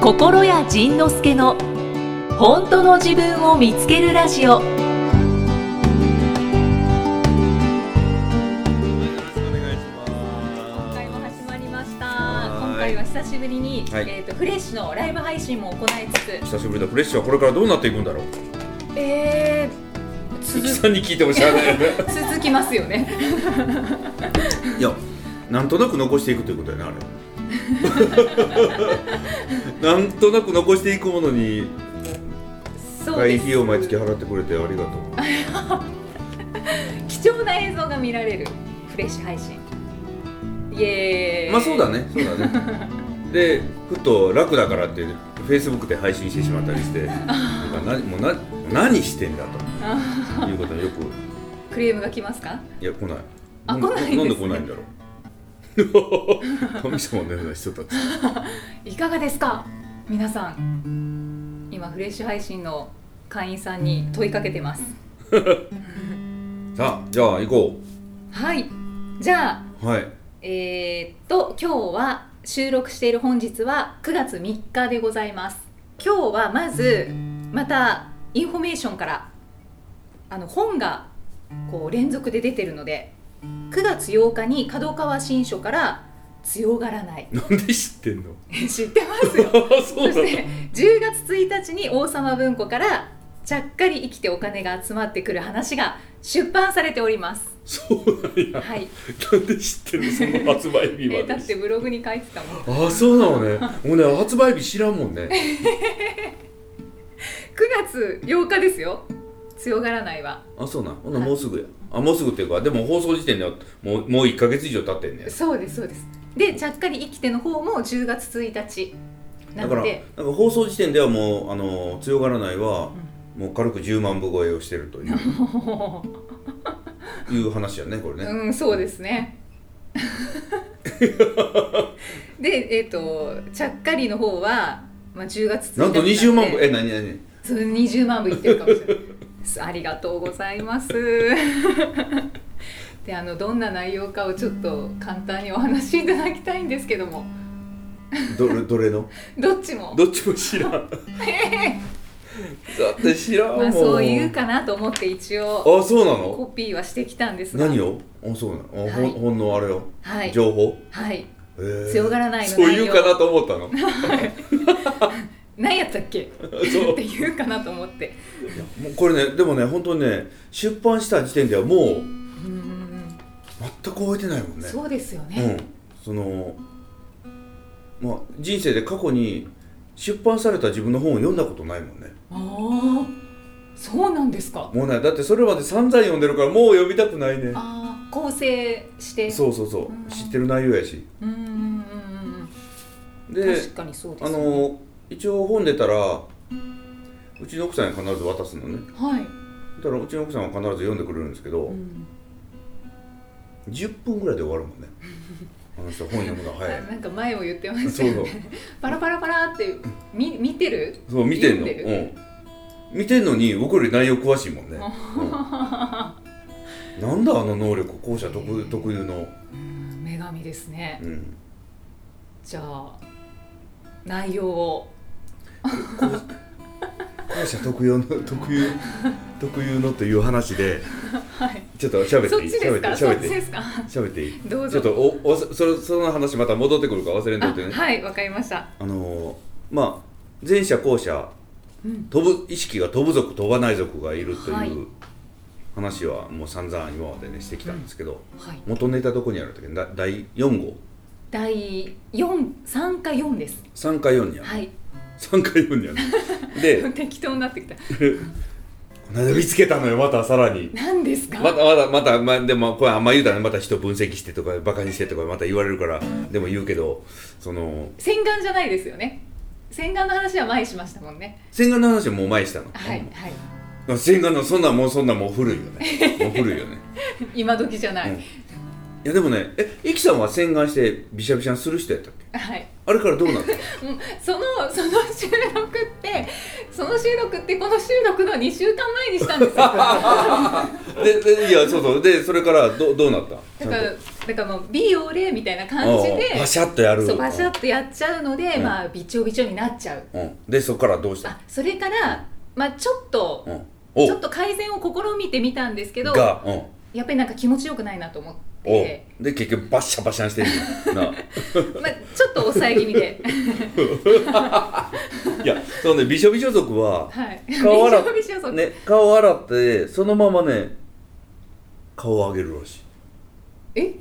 心谷仁之助の本当の自分を見つけるラジオはい、よろしくお願いし今回もま始まりました。はーい今回は久しぶりに、はいえっ、とフレッシュのライブ配信も行いつつ、す。久しぶりだ。フレッシュはこれからどうなっていくんだろう。えー、鈴木続さんに聞いても知らないよね。続きますよ ね。いや、なんとなく残していくということやな、あ れ。なんとなく残していくものにそう会で費を毎す。月払ってくれてありがとう。貴重な映像が見られるフレッシュ配信。イエーイ。まあそうだ。ね、そうだね。で、ふと楽だからって、フェイスブックで配信してしまったりして、なんか何もうな何してんだということによくクレームが来ますか？いや来ない。あん来ないですなんで来ないんだろう。 神様のような人たち。いかがですか、皆さん。今フレッシュ配信の会員さんに問いかけてます。さあ、じゃあ行こはい。じゃあう。はい。えーっと今日は収録している本日は9月3日でございます今日はまずまたインフォメーションからあの本がこう連続で出てるので9月8日に角川新書から強がらない なんで知ってんの。 知ってますよそそうなしの。 て10月1日に王様文庫からちゃっかり生きてお金が集まってくる話が出版されておりますそうなんや。はい、なんで知ってんの、その発売 え日まーだってで。ブログに書いてたもんああ、そうなのね。もうね、発売日知らんもんね。 9月8日ですよ強がらないはあ、そうなん。ほな、もうすぐや。あ、もうすぐっていうか、でも放送時点では、もう、もう一ヶ月以上経ってんね。そうですそうですでちゃっかり生きての方も10月1日なだかのら、でなんか放送時点ではもう、あの、強がらないは。もう軽く10万部超えをしてるという いう話やねこれね、うんそうです ねでえっ、とちゃっかりの方は、まあ、10月1日なんと20万部ええ何何それ20万部いってるかもしれないすありがとうございますであのどんな内容かをちょっと簡単にお話しいただきたいんですけどもどれどれの どっちもどっちも知らんだ って知らんもん、まあ、そういうかなと思って一応あそうなコのピーはしてきたんですが何をあそうなのあ、ほはんいほんのあれよ、はい、情報はい、へー強がらないのそういうかなと思ったの何やったっけそうって言うかなと思っていやもうこれねでもね本当にね出版した時点ではもううーん全く覚えてないもんねそうですようね、んそのまあ人生で過去に出版された自分の本を読んだことないもんねああそうなんですかもうねだってそれまで散々読んでるからもう読みたくないねああ構成してそうそうそう、うん知ってる内容やしうーんうんうんうんで確かにそうですあの一応本出たらうちの奥さんに必ず渡すのねはい、だからうちの奥さんは必ず読んでくれるんですけど、うん10分ぐらいで終わるもん ねあの人本読むの早あいなんか前も言ってましそたうよそうねパラパラパラってみ見てるそう見てんの 読んでうん、見てんのに僕より内容詳しいもんね、うんなんだあの能力後者特特有の、うん女神ですねうん、じゃあ内容を後者特有の特有特有のという話で はいちょっと喋っていいそっちです喋っかて喋そっっちていいですか 喋っていいどうちょぞっとおおそのその話また戻ってくるから忘れんといあてねあ,、はいわかりましたのーまあ前者後者うん飛ぶ意識が飛ぶ族飛ばない族がいるとはいいう話はもう散々今までねしてきたんですけど、はい元ネタどこにあるんだっけだ第4号第四三か四です3回4にある、はい 3回4にあるで適当になってきたこの間見つけたのよまたさらに何ですかまたまだまた、まあ、でもこれあんま言うたらねまた人分析してとかバカにしてとかまた言われるからでも言うけどその洗顔じゃないですよね洗顔の話は前にしましたもんね洗顔の話はもう前にしたの、はいうんはい でも洗顔のそんなんもうそんなんもう古いよねもう古いよね、今時じゃないうんいやでもねえイキさんは洗顔してびしゃびしゃにする人やったっけはいあれからどうなったのそのその収録ってその収録ってこの収録の2週間前にしたん ですよだか ででいやそうそうでそれからどどうなったちゃんとらだからもう美容霊みたいな感じうんでバシャッとやるそうバシャッとやっちゃうので、うんまあびちょびちょになっちゃううん、でそこからどうしたあそれからまあちょっとの、うん、ちょっおと改善を試みてみたんですけどが、うん、やっぱりなんか気持ちよくないなと思っおて、で結局バッシャバシャして るのなまあ、ちょっと抑え気味 でいやそうねびしょびしょ族 ははい顔洗っびしょびしょね顔洗ってそのままね顔を上げるらしいえ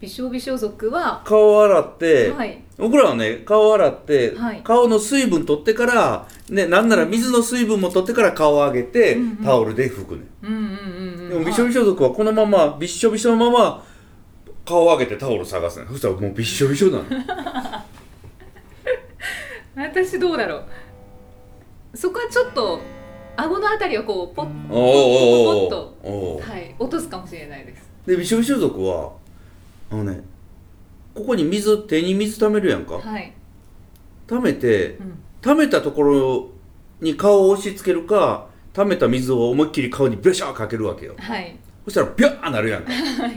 びしょびしょ族は、顔を洗って、はい僕らはね顔を洗って、はい顔の水分取ってから、ね、なんなら水の水分も取ってから顔を上げて、うんうんタオルで拭くねうんうんうんでうもんびしょびしょ族はこのままびっしょびしょのまま顔を上げてタオル探すねそしたらもうびっしょびしょな のはい私どうだろうそこはちょっと顎のあたりをこうポッおおおうおうおうおうはい落とすかもしれないですでびしょびしょ族はあのねここに水手に水溜めるやんか、はい、溜めてうん、溜めたところに顔を押し付けるか溜めた水を思いっきり顔にビャシャーかけるわけよはいそしたらビャーなるやんか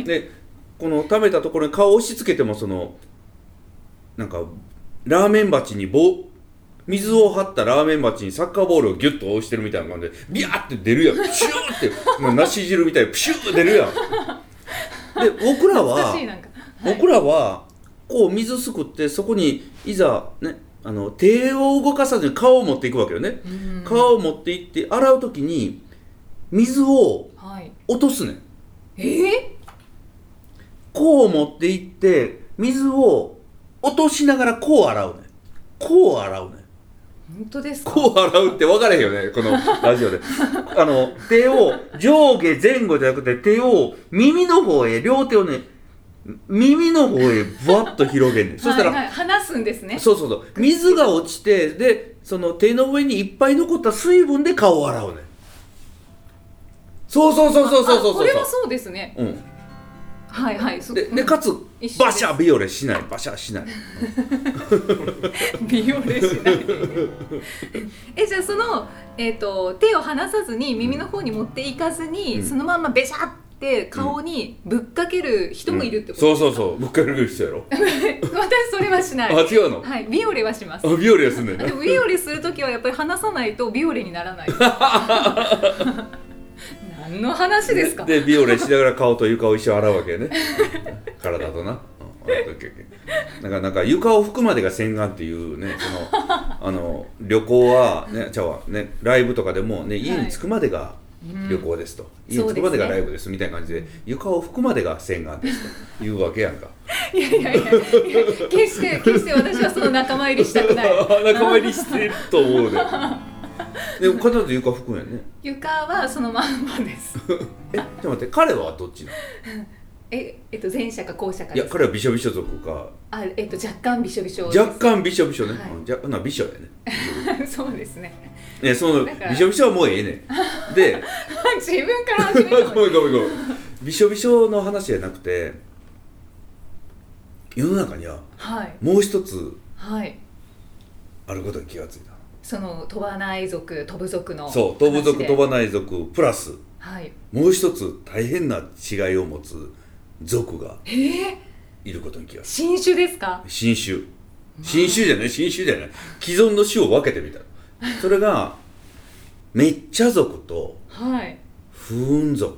でこの溜めたところに顔を押し付けてもそのなんかラーメン鉢に棒水を張ったラーメン鉢にサッカーボールをギュッと押してるみたいな感じでビャーって出るやんピシューってもう梨汁みたいにピシューって出るやんで僕らは難しいなんかはい僕らはこう水すくってそこにいざねあの手を動かさずに顔を持っていくわけよね、うん顔を持っていって洗う時に水をはい落とすねんえこう持っていって水を落としながらこう洗うねんこう洗うねー、ん本当ですかこう洗うって分からへんよねこのラジオで あの手を上下前後じゃなくて手を耳の方へ両手をね耳の方へぶわっと広げんねんそしたらはいはい、話すんですねそうそうそう水が落ちてでその手の上にいっぱい残った水分で顔を洗うねそうそうそうそうそうそうあこれはそうですねうん、はいはいそででかつ一緒ですバシャビオレしないバシャしない美容霊しないえじゃあその、えー、と手を離さずに耳の方に持っていかずに、うんそのまんまべしゃって顔にぶっかける人もいるってこと、そうそうそうぶっかける人やろ 私それはしなあい違うのはいビオレはしますあビオレやすん ねんなでもビオレする時はやっぱり離さないとビオレにならない 何の話ですかでビオレしながら顔と床を一緒洗うわけやね体とな、うん、洗う時だからなんか床を拭くまでが洗顔っていうねその あの旅行はねちゃうわねライブとかでもね家に着くまでがうん旅行ですと、うん家に着くまでそうですねがライブですみたいな感じで床を拭くまでが洗顔ですというわけやんかいやいやいやいや決して決して私はその仲間入りしたく ない仲間入りしてると思うででも必ず床拭くんやね床はそのまんま ですえちょっと待って彼はどっちなのええっと前者か後者かいでやす彼はびしょびしょ族かあえっと若干びしょびしょです若干びしょびしょね、はいうんじゃなびしょやね そうですね ね、そのだからびしょびしょはもうええね んで自分からご始めめんたごの めんごめんびしょびしょの話じゃなくて世の中にははいもう一つはいあることに気がついたその飛ばない族飛ぶ族のそう飛ぶ族話で飛ばない族プラスはいもう一つ大変な違いを持つ族がえー、いることに気がつい新種ですかた新種新種じゃない新種じゃない既存の種を分けてみたそれがめっちゃ族とはい不運族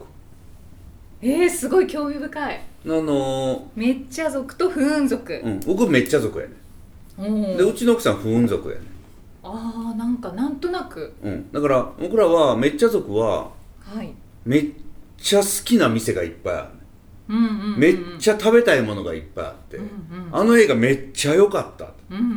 えー、すごい興味深いあのーめっちゃ族と不運族うん、僕めっちゃ族やねうんでうちの奥さん不運族やねあーなんかなんとなくうん、だから僕らはめっちゃ族ははいめっちゃ好きな店がいっぱいあるね、うんうんうんうんめっちゃ食べたいものがいっぱいあって、うんうんあの映画めっちゃ良かったうんうんう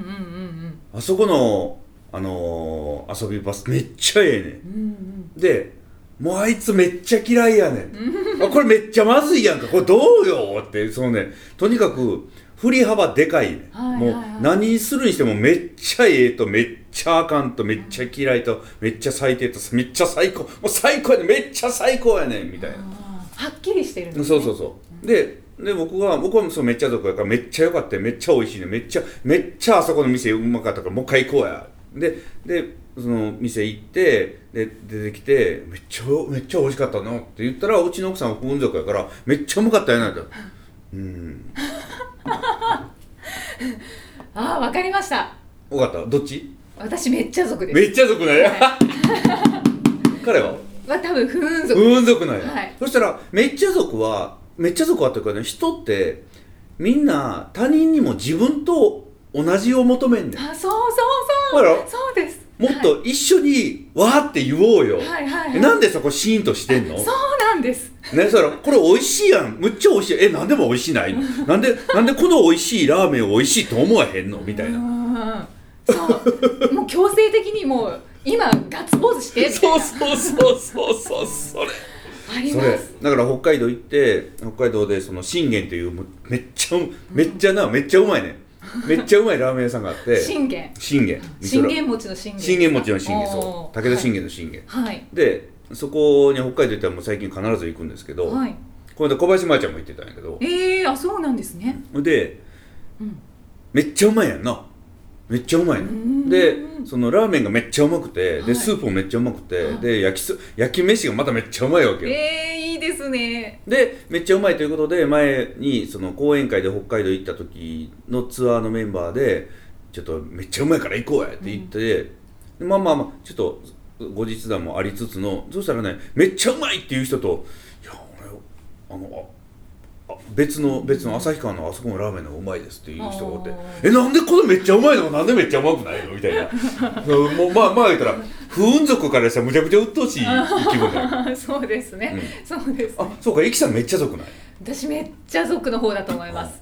んあそこの、あのー遊びバスめっちゃええねうんうんんでもうあいつめっちゃ嫌いやねんあこれめっちゃまずいやんかこれどうよってそのねとにかく振り幅でかいね、はいはいはいもう何するにしてもめっちゃええとめっちゃあかんとめっちゃ嫌いとめっちゃ最低とめっちゃ最高もう最高やねんめっちゃ最高やねんみたいなあーはっきりしてるんです、ね、そうそうそうでで僕は僕はそうめっちゃ族やからめっちゃ良かったよめっちゃ美味しいねめっちゃめっちゃあそこの店うまかったからもう一回行こうやででその店行ってで出てきてめっちゃめっちゃ美味しかったのって言ったらうちの奥さんは本族やからめっちゃうまかったやないとうんああわかりました分かったどっち私めっちゃ族ですめっちゃ族なんや彼はは多分不運族、運族なんや、はいそしたらめっちゃ族はめっちゃ族はっていうかね人ってみんな他人にも自分と同じを求めんねんあそうそうあそうらそうですもっと一緒にわーって言おうよ、はいはいはいえなんでそこシーンとしてんのそうなんですねそらこれ美味しいやんむっちゃ美味しいえなんでも美味しないのなんでなんでこの美味しいラーメンを美味しいと思わへんのみたいななそう もう強制的にもう今ガッツポーズしてみたいなそうそうそうそうそうそれありそまれすだから北海道行って北海道でその信玄というもうめっちゃうめっちゃなめっちゃうまいねめっちゃうまいラーメン屋さんがあって信玄信玄信玄餅の信玄信玄餅の信玄おそうー武田信玄の信玄、はいでそこに北海道行ったらもう最近必ず行くんですけど、はい、はい、この間小林麻衣ちゃんも行ってたんやけどえー、あそうなんですねでうんめっちゃうまいやんなめっちゃうまいの、んでそのラーメンがめっちゃうまくて、はでいスープもめっちゃうまくて、はいで焼きそ焼き飯がまためっちゃうまいわけよ、えー、いいですね でめっちゃうまいということで前にその講演会で北海道行った時のツアーのメンバーでちょっとめっちゃうまいから行こうやって言って、でまあまあまあちょっと後日談もありつつのそしたらねめっちゃうまいっていう人といや俺あのああ別の別の旭川のあそこのラーメンの方がうまいですっていう人がおってあ「えなんでこれめっちゃうまいのなんでめっちゃうまくないの?」みたい なうんもうまあまあ言ったら不運族からしたらむちゃくちゃ鬱陶しい生き物やそうですね、そうですあそうか駅さんめっちゃ族ない私めっちゃ族の方だと思います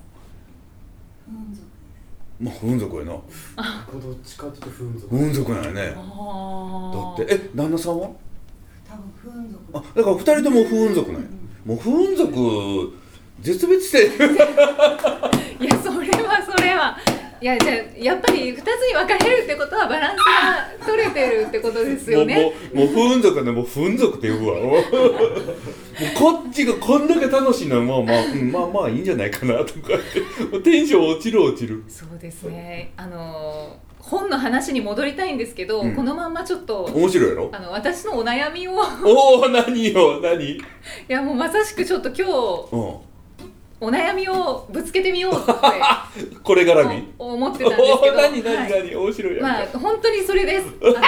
まあ、不運族やな。僕どっちかっていうと不運族不運族なんやね。だあって、え、旦那さんは。多分不運族あ、だから、二人とも不運族なんや。もう不運族。絶滅してる。いやそれはそれはいやじゃあやっぱり2つに分かれるってことはバランスが取れてるってことですもよう、もねう、もう不運族やね、もう不運族って呼ぶ わ。もうこっちがこんだけ楽しいのは、まあまあ、うんまあまあ、いいんじゃないかなとかって。もうテンション落ちる落ちる。そうですねあの本の話に戻りたいんですけど、うんこのまんまちょっと面白いやろあの私のお悩みを おお、何よ、何。うん。いやもうまさしくちょっと今日お悩みをぶつけてみようって これ絡み。お思っておたんですけ おどー、何、何、はい何、面白いやんまあか。本当にそれです。あのね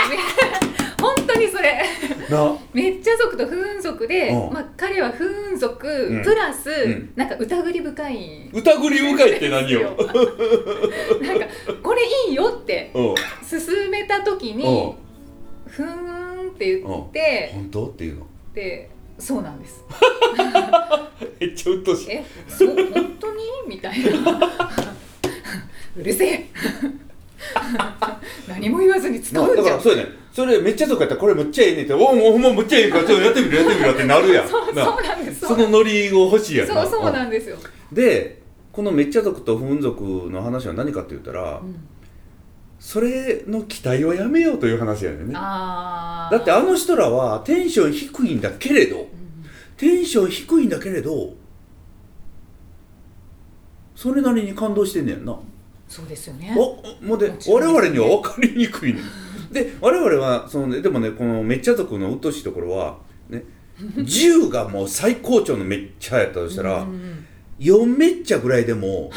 本当にそれ。な。めっちゃ族と不運族で、うんまあ彼は不運族、んプラス、んなんか疑り深い。疑り深いって 何よ。なんかこれいいよってうん。進めた時うんに。ふーんって言って、本当っていう のでそうなんです。めっちゃうっとしいえ、そう本当にみたいな。 うるせえ。 何も言わずに使なうんだじかゃんら。そうやねそれめっちゃとかやったらこれむっちゃええねんっておうおうほんまむっちゃええからちょっとやってみるやってみるってなるや んそうなそうなんです。そうそのノリを欲しいやんそうそううんなんですよ。でこのめっちゃ族と不運族の話は何かって言ったら、うんそれの期待はやめようという話やねんねあーだってあの人らはテンション低いんだけれうどんテンション低いんだけれどそれなりに感動してんねやんなそうですよねおもうでもちろ我んですね々には分かりにくいねで我々はそのねでもねこのめっちゃ族の鬱陶しいところはね10がもう最高潮のめっちゃやったとしたら、うんうん4めっちゃぐらいでも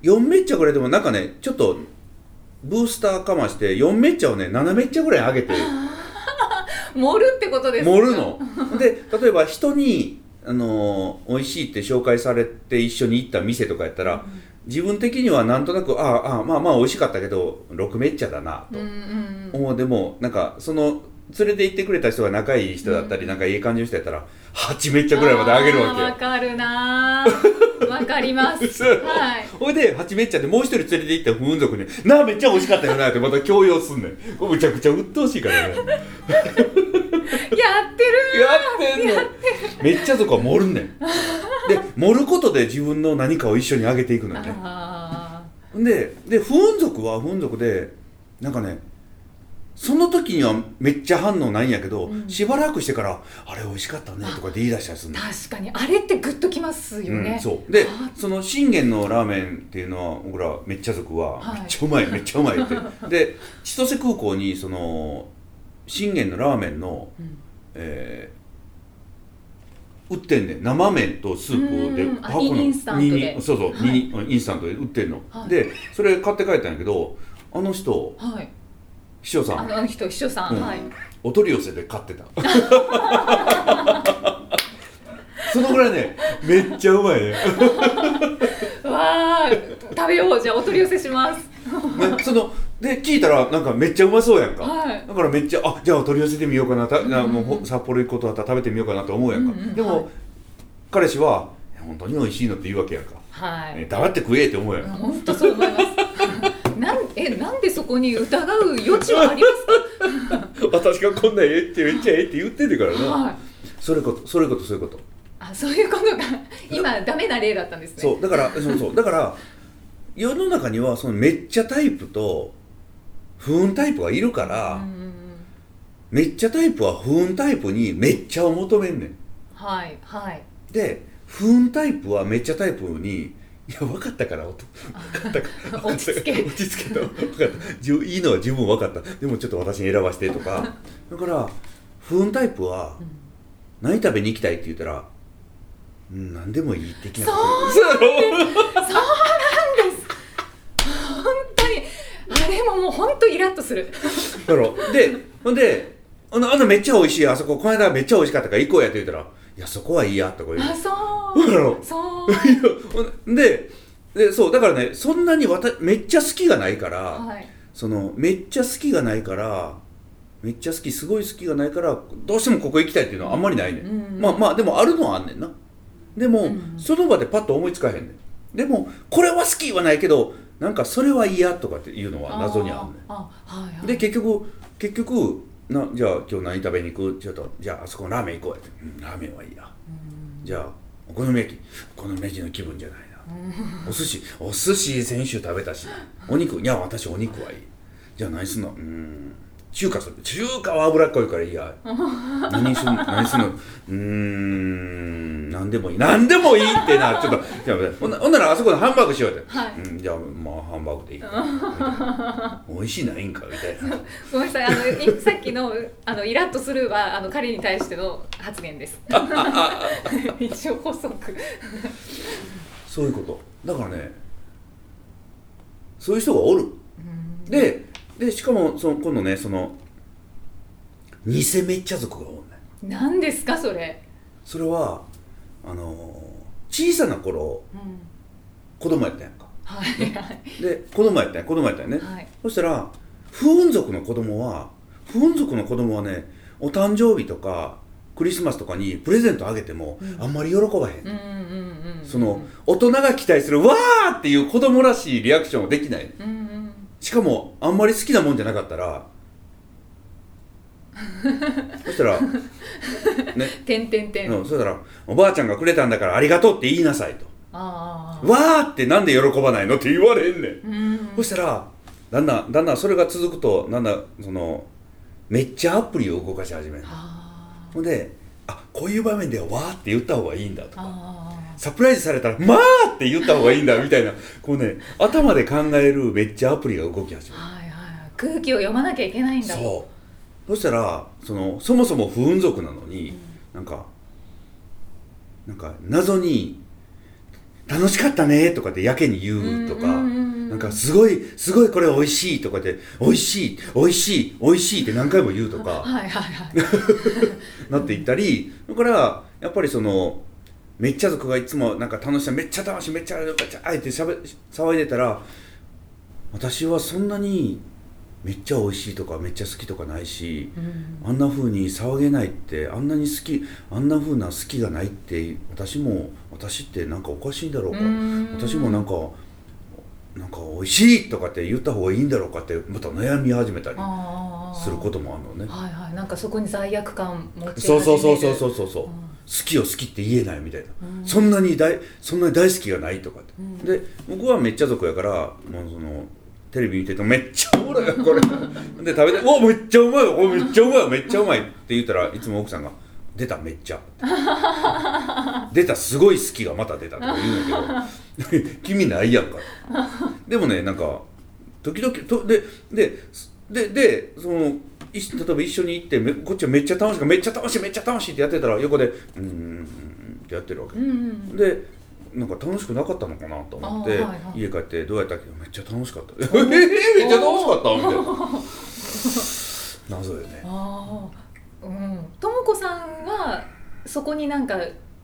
4めっちゃぐらいでもなんかねちょっとブースターかまして4めっちゃをね7めっちゃぐらい上げて盛るってことですか盛るので例えば人に、あのー美味しいって紹介されて一緒に行った店とかやったら、自分的にはなんとなくああああまあまあ美味しかったけど6めっちゃだなうとんうんうん思うでもなんかその連れて行ってくれた人が仲いい人だったり、うんなんかいい感じの人やったら8めっちゃぐらいまで上げるあわけーわよかるな ーわかりますそうはいほいで8めっちゃでもう一人連れて行った不運族に「なあめっちゃ美味しかったよな」ってまた強要すんねんこれむちゃくちゃ鬱陶しいからやねやってるってんのめっちゃ族は盛るねんで盛ることで自分の何かを一緒に上げていくのよねあでで不運族は不運族でなんかねその時にはめっちゃ反応ないんやけど、うんしばらくしてから「あれ美味しかったね」とかって言い出したりするの。確かにあれってグッときますよね、うん、そうであその信玄のラーメンっていうのは僕らめっちゃ族は、はいめっちゃうまいめっちゃうまいってで千歳空港にその信玄のラーメンの、うんえー売ってんねん生麺とスープでうんあ箱のインスタントでににそうそう、はいににインスタントで売ってんの、はいでそれ買って帰ったんやけどあの人はい秘書さあんのあの人秘書さん、うんはいお取り寄せで買ってたそのぐらいねめっちゃうまいねわあ食べようじゃあお取り寄せしますね、そので聞いたらなんかめっちゃうまそうやんか、はいだからめっちゃあじゃあ取り寄せてみようかなたなうんうんもうほ札幌行くことだったら食べてみようかなと思うやんか、うんうんでも、はい彼氏はいや本当に美味しいのって言うわけやんか、はい、ね黙って食えって思うやん、本当そう思います。 なんえなんでそこに疑う余地はあります 私がこんなんええってめっちゃええって言っててからか。な、はい。それことそれことそういうことあそういうことが今ダメな例だったんですね。そう だからそうそうだから世の中にはそのめっちゃタイプと不運タイプがいるから、うんうんうんめっちゃタイプは不運タイプにめっちゃを求めんねんはいはい。で不運タイプはめっちゃタイプにいや分かったからおと分かったから落ち着け 落ち着けと分かったじゅいいのは十分分かったでもちょっと私に選ばせてとかだから不運タイプはうん何食べに行きたいって言ったらうん何でもいい的なそうそう本当にあれももう本当イラッとする。だろでほんであのあのめっちゃ美味しいあそここの間めっちゃ美味しかったから行こうやって言ったらいやそこはいいやとか言あうそう。だろそう。いやほん ででそうだからねそんなにわためっちゃ好きがないから、はい。そのめっちゃ好きがないからめっちゃ好きすごい好きがないからどうしてもここ行きたいっていうのはあんまりないねん、うんまあまあでもあるのはあんねんなでも、うんその場でパッと思いつかへんねんでもこれは好きはないけどなんかそれは嫌とかっていうのは謎にあんねあはいはんい。で結局結局なじゃあ今日何食べに行くちょっとじゃああそこのラーメン行こうやって、うん、ラーメンはいいやうんじゃあお好み焼きお好み焼きの気分じゃないなうんお寿司お寿司先週食べたしなお肉いや私お肉はいいじゃあ何すんのうーん中華する中華は脂っこいからいいや何すんの何すんのうーん何でもいい何でもいいってなちょっとじゃあほんなほんならあそこでハンバーグしようって、はいうん、じゃあまあハンバーグでいい かみたいな美味しいないんかみたいなごめんなさいあのいさっきのあのイラッとするはあの彼に対しての発言です。 一応補足。そういうことだからねそういう人がおるうんででしかもその今度ねその偽めっちゃ族がおるね何ですかそれ、それはあの小さな頃うん、子供やったんやんかはいはいで子供やったんや子供やったんやね、はいそしたら不運族の子供は不運族の子供はねお誕生日とかクリスマスとかにプレゼントあげても、うんあんまり喜ばへん、うんうんうんその大人が期待する「わー!」っていう子供らしいリアクションはできないうんうんしかもあんまり好きなもんじゃなかっ たらそしたらねてんてんてん、うん、そしたら「おばあちゃんがくれたんだからありがとうって言いなさい」とあ「あわーってなんで喜ばないの?」って言われんねん、うんそしたらだんだんだんだんそれが続くとなんだそのめっちゃアプリを動かし始めるあーほんで「あこういう場面ではわーって言った方がいいんだ」とかあ「サプライズされたらまあ!」って言った方がいいんだみたいなこうね頭で考えるめっちゃアプリが動き始ーめるはいはい空気を読まなきゃいけないんだそうそしたらそのそもそも不運族なのに、なんかなんか謎に「楽しかったね」とかってやけに言うとか、うんうんうんうんなんかすごいすごいこれ美味しいとかで美味しい美味しい美味しいって何回も言うとうかはいはい はいなっていったりだからやっぱりそのめっちゃ族がいつもなんか楽しいめっちゃ楽しいめっちゃめっちゃあえてしゃべ騒いでたら私はそんなにめっちゃ美味しいとかめっちゃ好きとかないし。うんあんな風に騒げないってあんなに好きあんな風な好きがないって私も私ってなんかおかしいんだろうかうん私もなんかなんか美味しいとかって言った方がいいんだろうかってまた悩み始めたりあーすることもあるのねはいはいなんかそこに罪悪感持ち始めるそうそうそうそうそうそうそうう好んきを好きって言えないみたいなうんそんなに大そんなに大好きがないとかってうんで僕はめっちゃ族やからもうそのテレビ見ててめっちゃおもろいよこれ で食べて「おめっちゃうまいよこれめっちゃうまいよめっちゃうまい」って言ったらいつも奥さんが「出ためっちゃ」 出たすごい好きがまた出た」とか言うんだけど 君ないやんかでもねなんか時々とででででそのい例えば一緒に行ってめこっちはめっちゃ楽しいめっちゃ楽しいめっちゃ楽しいってやってたら横で「うーんうんうん」ってやってるわけうんうんでなんか楽しくなかったのかなと思って、あーはいはい家帰ってどうやったっけめっちゃ楽しかった えー、めっちゃ楽しかったみ たいな謎よねああうんともこさんはそこになんか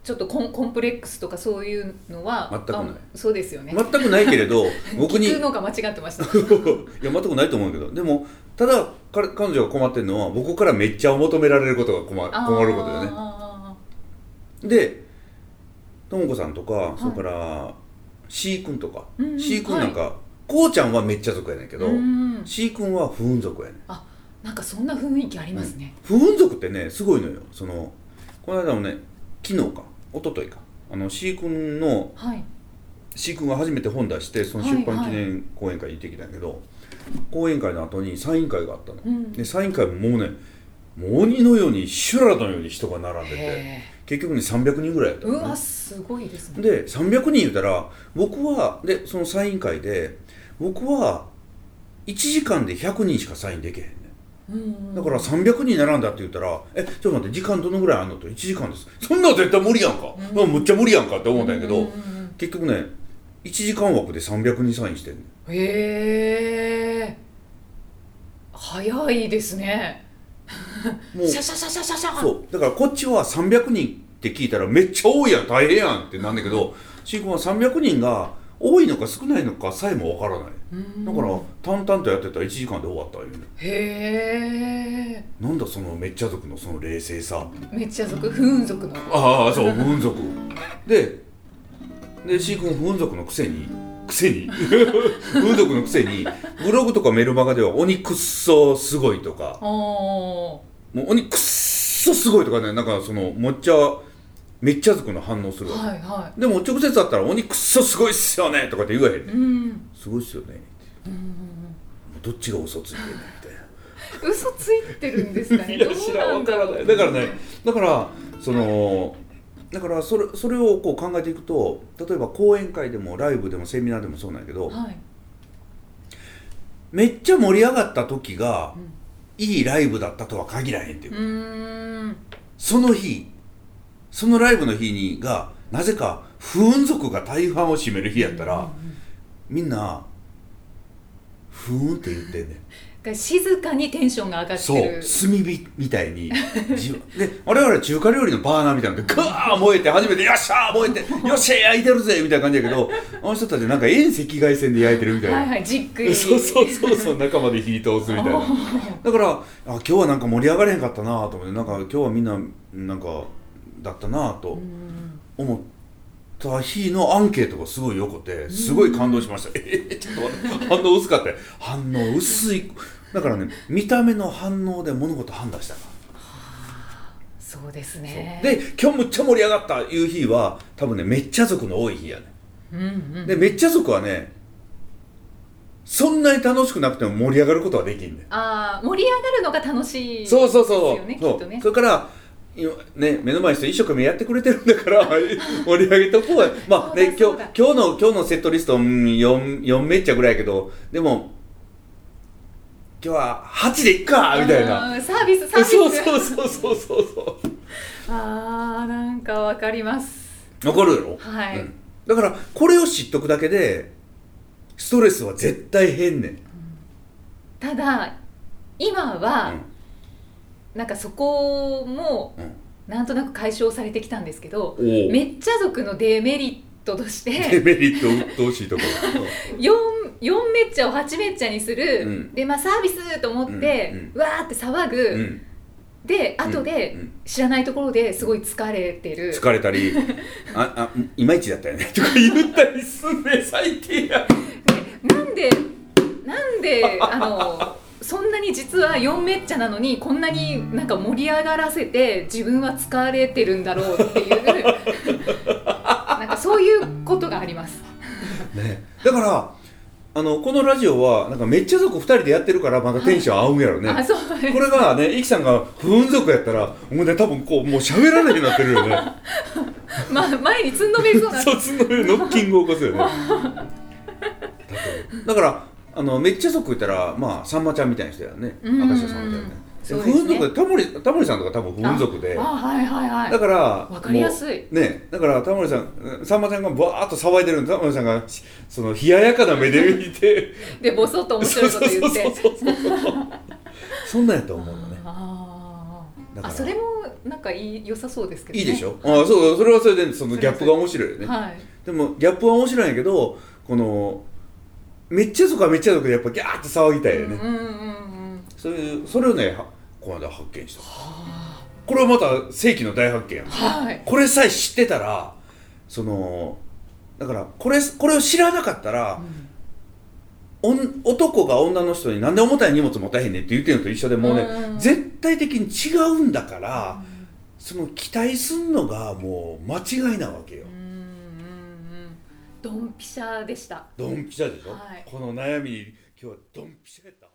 ちょっとコンコンプレックスとかそういうのは全くないあそうですよね、全くないけれど僕にい聞くやのが間違ってました全く ないと思うけどでもただ彼彼女が困ってるのは僕からめっちゃ求められることが困あー困ることだよねでともこさんとか、いそれから C 君とか、うんうん C 君なんか、こうちゃんはめっちゃ族やねんけど、うん、 C 君は不運族やねんなんかそんな雰囲気ありますね、不運族ってねすごいのよそのこの間もね昨日か一昨日かあの C 君のはい C 君が初めて本出してそのはい出版記念講演会行ってきたんやけど、講演会の後にサイン会があったの、うんでサイン会ももうねもう鬼のように修羅のように人が並んでてへ結局ね300人ぐらいやーったのうねわすごいですねで300人言うたら僕はでそのサイン会で僕は1時間で100人しかサインできへんねんうんうんだから300人並んだって言ったら「えちょっと待って時間どのぐらいあんの?」と1時間です」そんなん絶対無理やんか、うんあむっちゃ無理やんかって思ったんやけど、うんうんうん結局ね1時間枠で300人サインしてんねんへえ早いですねもうシャシャシャシャシャシャそうだからこっちは300人って聞いたらめっちゃ多いやん大変やんってなんだけどシー君は300人が多いのか少ないのかさえもわからないうんだから淡々とやってたら1時間で終わったいうねへえなんだそのめっちゃ族のその冷静さめっちゃ族不運族のああそう不運族でで C 君不運族のくせにくせに 不運族のくせにブログとかメルマガでは「鬼くっそすごい」とかあ「もう鬼くっそすごい」とかねなんかそのもっちゃめっちゃ族の反応すあるわけ、はいはでも直接会ったら「鬼くっそすごいっすよね」とかって言わへんいねうんうんすごいっすよねうんうんどっちが嘘ついてるみたいな嘘ついてるんですかねどうなんだろうだからねだからそのだからそれそれをこう考えていくと例えば講演会でもライブでもセミナーでもそうなんやけどはいめっちゃ盛り上がった時がうんいいライブだったとは限らへんっていうう、ーんその日そのライブの日にがなぜか不運族が大半を占める日やったらみんな「不運」って言ってんねんが静かにテンションが上がっそうてる炭火みたいにじわで我々中華料理のバーナーみたいなのでガー燃えて初めて「よっしゃー燃えてよっしゃー焼いてるぜ」みたいな感じやけどあの人たちなんか遠赤外線で焼いてるみたいな、はいはいじっくりそうそうそうそう中まで火通すみた いなだからあ今日はなんか盛り上がれへんかったなと思ってなんか今日はみんななんかだったなとうん思った日のアンケートがすごいよくてすごい感動しました、 えーちょっと待って反応薄かったよ反応薄いだからね見た目の反応で物事判断したからそうですそうねで今日むっちゃ盛り上がったいう日は多分ねめっちゃ族の多い日やねうんうんでめっちゃ族はねそんなに楽しくなくても盛り上がることはできんねああ盛り上がるのが楽しいそうそうそでうすよねきっそうとねそれから今ね、目の前の人一生懸命やってくれてるんだか ら盛り上げとこうやまあねそう今日だ今日の今日のセットリスト、うん、4, 4めっちゃぐらいやけどでも今日は8でいっかみたいなうんサービスサーそうビスそうそうそうそうそあーなんかわかりますう残るやろはい、うんだからこれを知っとくだけでストレスは絶対変ねん、ただ今は、なんかそこもうんなんとなく解消されてきたんですけど、うんおおめっちゃ族のデメリットとしデ てメリット鬱陶しいとこ ろ 4, 4めっちゃを8めっちゃにする、うんでまあサービスと思って、うんうんわーって騒ぐ、うん、うんで後で、うん知らないところですごい疲れてる疲れたり「ああいまいちだったよね」とか言ったりすんねん最低やなんでなんであのそんなに実は4めっちゃなのにこんなになんか盛り上がらせて自分は疲れてるんだろうっていう なんかそういうことがあります。ねだからあのこのラジオはなんかめっちゃ族2人でやってるからまだテンション合うんやろね、あそうですこれがね、イキさんが不運族やったら、もうね、多分こう、もう喋らないようになってるよね。まあ前に積んどめそうな卒の上ノッキングを起こすよね。だとだから、あの、めっちゃ族いたら、まあ、さんまちゃんみたいな人やね。うん明石家さんまちゃんみたいな。そう不です運ね族で、タモリ、タモリさんとか多分不運族であ。はいはいはいだから、わかりやすいもうね、だからタモリさん、さんまちゃんがバーっと騒いでるのにタモリさんが、しその冷ややかな目で見て、でボソッと面白いこと言ってそうそうそうそう。 そんなんやと思うのね。あーだかあらそれもなんかいい良さそうですけど、ね、 いいでしょ、ああそうそれはそれでそのギャップが面白いよねはいでもギャップは面白いんやけどこのめっちゃ族はめっちゃ族でやっぱギャーって騒ぎたいよね、うんうんうんうんそういうそれをねはこの間発見したこれはまた世紀の大発見やんはいこれさえ知ってたらそのだからこれこれを知らなかったら、おん男が女の人に「なんで重たい荷物持たへんねん」って言ってんのと一緒でもうね、うん絶対的に違うんだから、その期待すんのがもう間違いなわけようんうんうんドンピシャでしたドンピシャでしょ、はいこの悩みに今日はドンピシャやった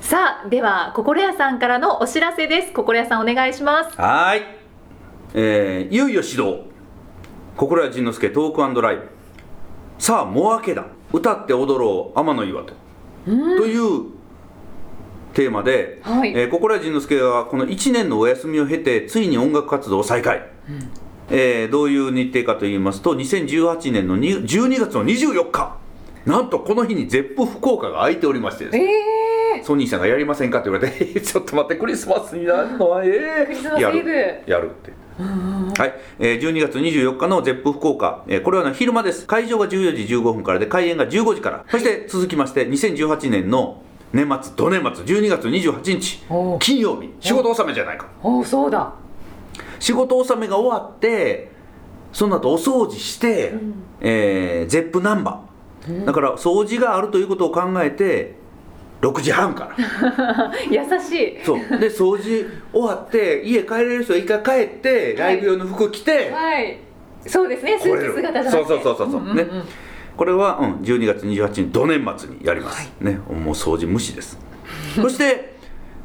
さあでは心屋さんからのお知らせです心屋さんお願いしますはーい、えー、いよいよ始動心谷仁之助トークライブさあもう明けだ歌って踊ろう天の岩戸というテーマで、はいえー心谷仁之助はこの1年のお休みを経てついに音楽活動を再開、えーどういう日程かと言いますと2018年のに12月の24日なんとこの日にゼップ福岡が空いておりましてですねええソニーさんがやりませんかって言われて、 えーちょっと待って、クリスマスになるのは、えー、クリスマスイブやるやるって。はい、えー12月24日のゼップ福岡、えーこれはね昼間です。会場が14時15分からで、開演が15時から。そして続きまして、2018年の年末、土年末、12月28日お、う金曜日、仕事納めじゃないか。おおそうだ仕事納めが終わってその後お掃除して、えー、ゼップナンバー、だから掃除があるということを考えて6時半から優しいそうで掃除終わって家帰れる人は一回帰ってライブ用の服着て、はいそうですねス来れーるツ姿じゃなそうくてそうそうそうそう,、んんんねこれは、うん、12月28日土年末にやります、ねもう掃除無視ですそして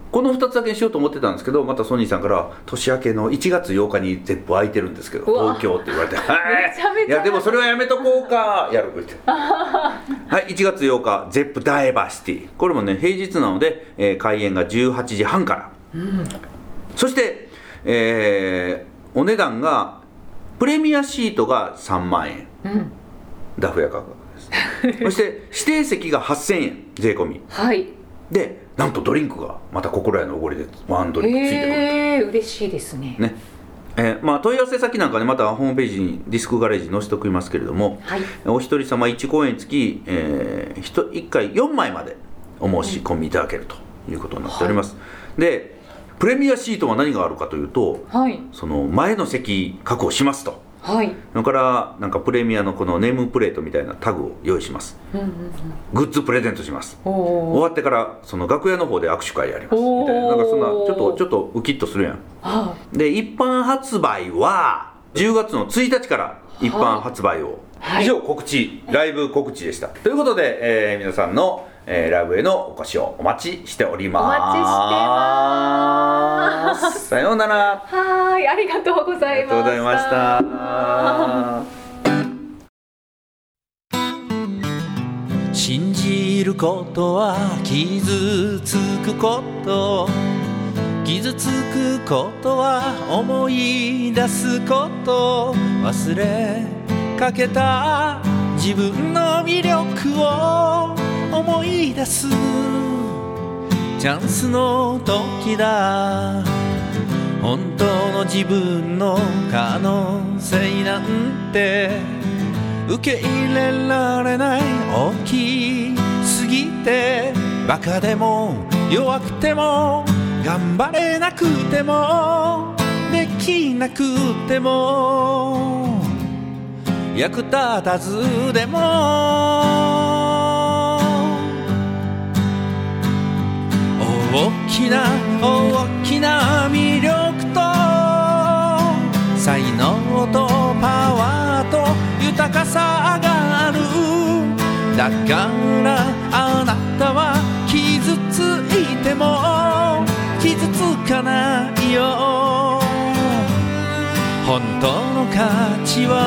この2つだけにしようと思ってたんですけどまたソニーさんから年明けの1月8日に絶プ空いてるんですけどうわ東京って言われてはいちゃめちゃいやでもそれはやめとこうかやる 言ってはい1月8日ゼップダイバーシティこれもね平日なので、えー開演が18時半からそして、えーお値段がプレミアシートが3万円、んダフ屋価格 ですそして指定席が8000円税込みはいでなんとドリンクがまた心得のおごりでワンドリンクついてくる、ええ嬉しいですねねえーまあ、問い合わせ先なんかねまたホームページにディスクガレージに載せておきますけれども、はいお一人様1公演につき、えー、1, 回4枚までお申し込みいただけるということになっております、でプレミアシートは何があるかというとはいその前の席確保しますとはいそれからなんかプレミアのこのネームプレートみたいなタグを用意しますうんうんうんグッズプレゼントしますお終おわってからその楽屋の方で握手会やりますみたいなおーなんかそんなちょっとちょっとウキッとするやんあで一般発売は10月の1日から一般発売を、はい以上告知ライブ告知でしたということで、えー皆さんの、えーライブへのお越しをお待ちしておりますお待ちしてましてますさようならーはーいありがとうごあざりいがましたとうございました信じることは傷つくこと傷つくことは思い出すこと忘れかけた自分の魅力を思い出すチャンスの時だ本当の自分の可能性なんて受け入れられない大きすぎてバカでも弱くても頑張れなくてもできなくても役立たずでも大きな大きな魅力と才能とパワーと豊かさがあるだからあなたは傷ついても傷つかないよ本当の価値は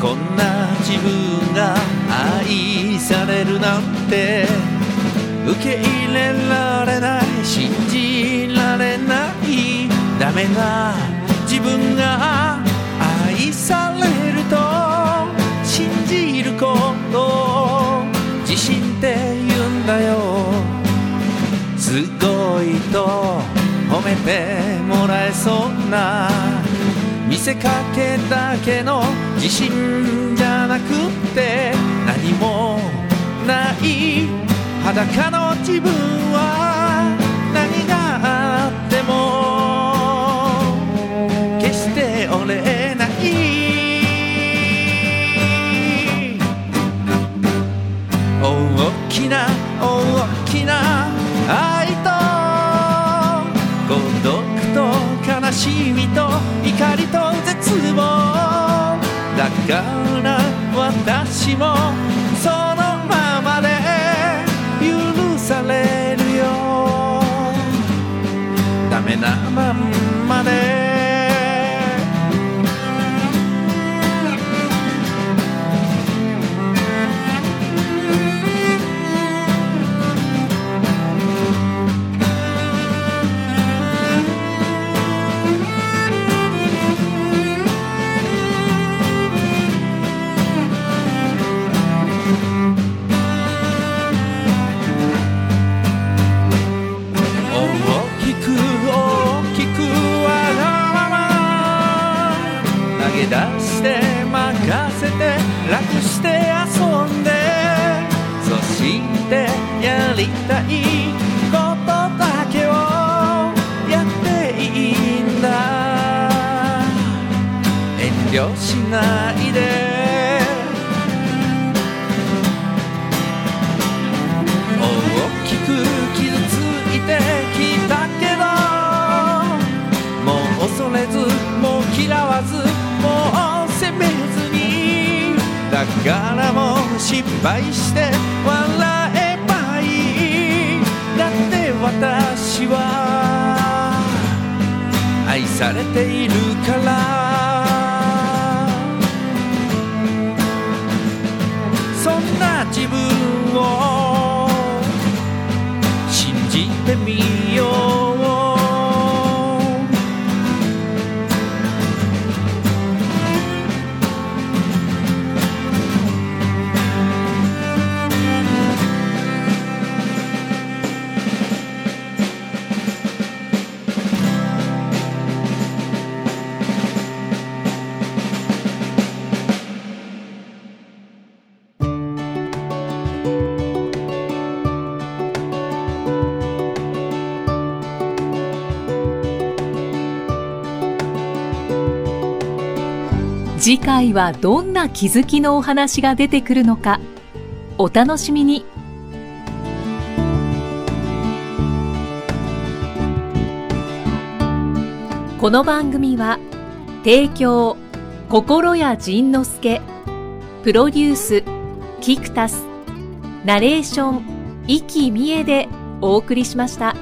こんな自分が愛されるなんて受け入れられない信じられないダメな自分が愛されると信じること自信って言うんだよすごいと褒めてもらえそうな見せかけだけの自信じゃなくって何もない裸の自分は何があっても決して折れない大きな大きな愛と孤独と悲しみと怒りと絶望だから私もそのままで許されるよダメなまんまで大きく大きくわがまま投げ出して任せて楽して遊んでそしてやりたいことだけをやっていいんだ遠慮しないで大きく傷ついてきたけどもう恐れずもう嫌わずもう責めずにだからもう失敗して笑えばいいだって私は愛されているからそんな自分を信じてみよう次回はどんな気づきのお話が出てくるのかお楽しみにこの番組は提供心谷仁之助プロデュースキクタスナレーション生きみえでお送りしました。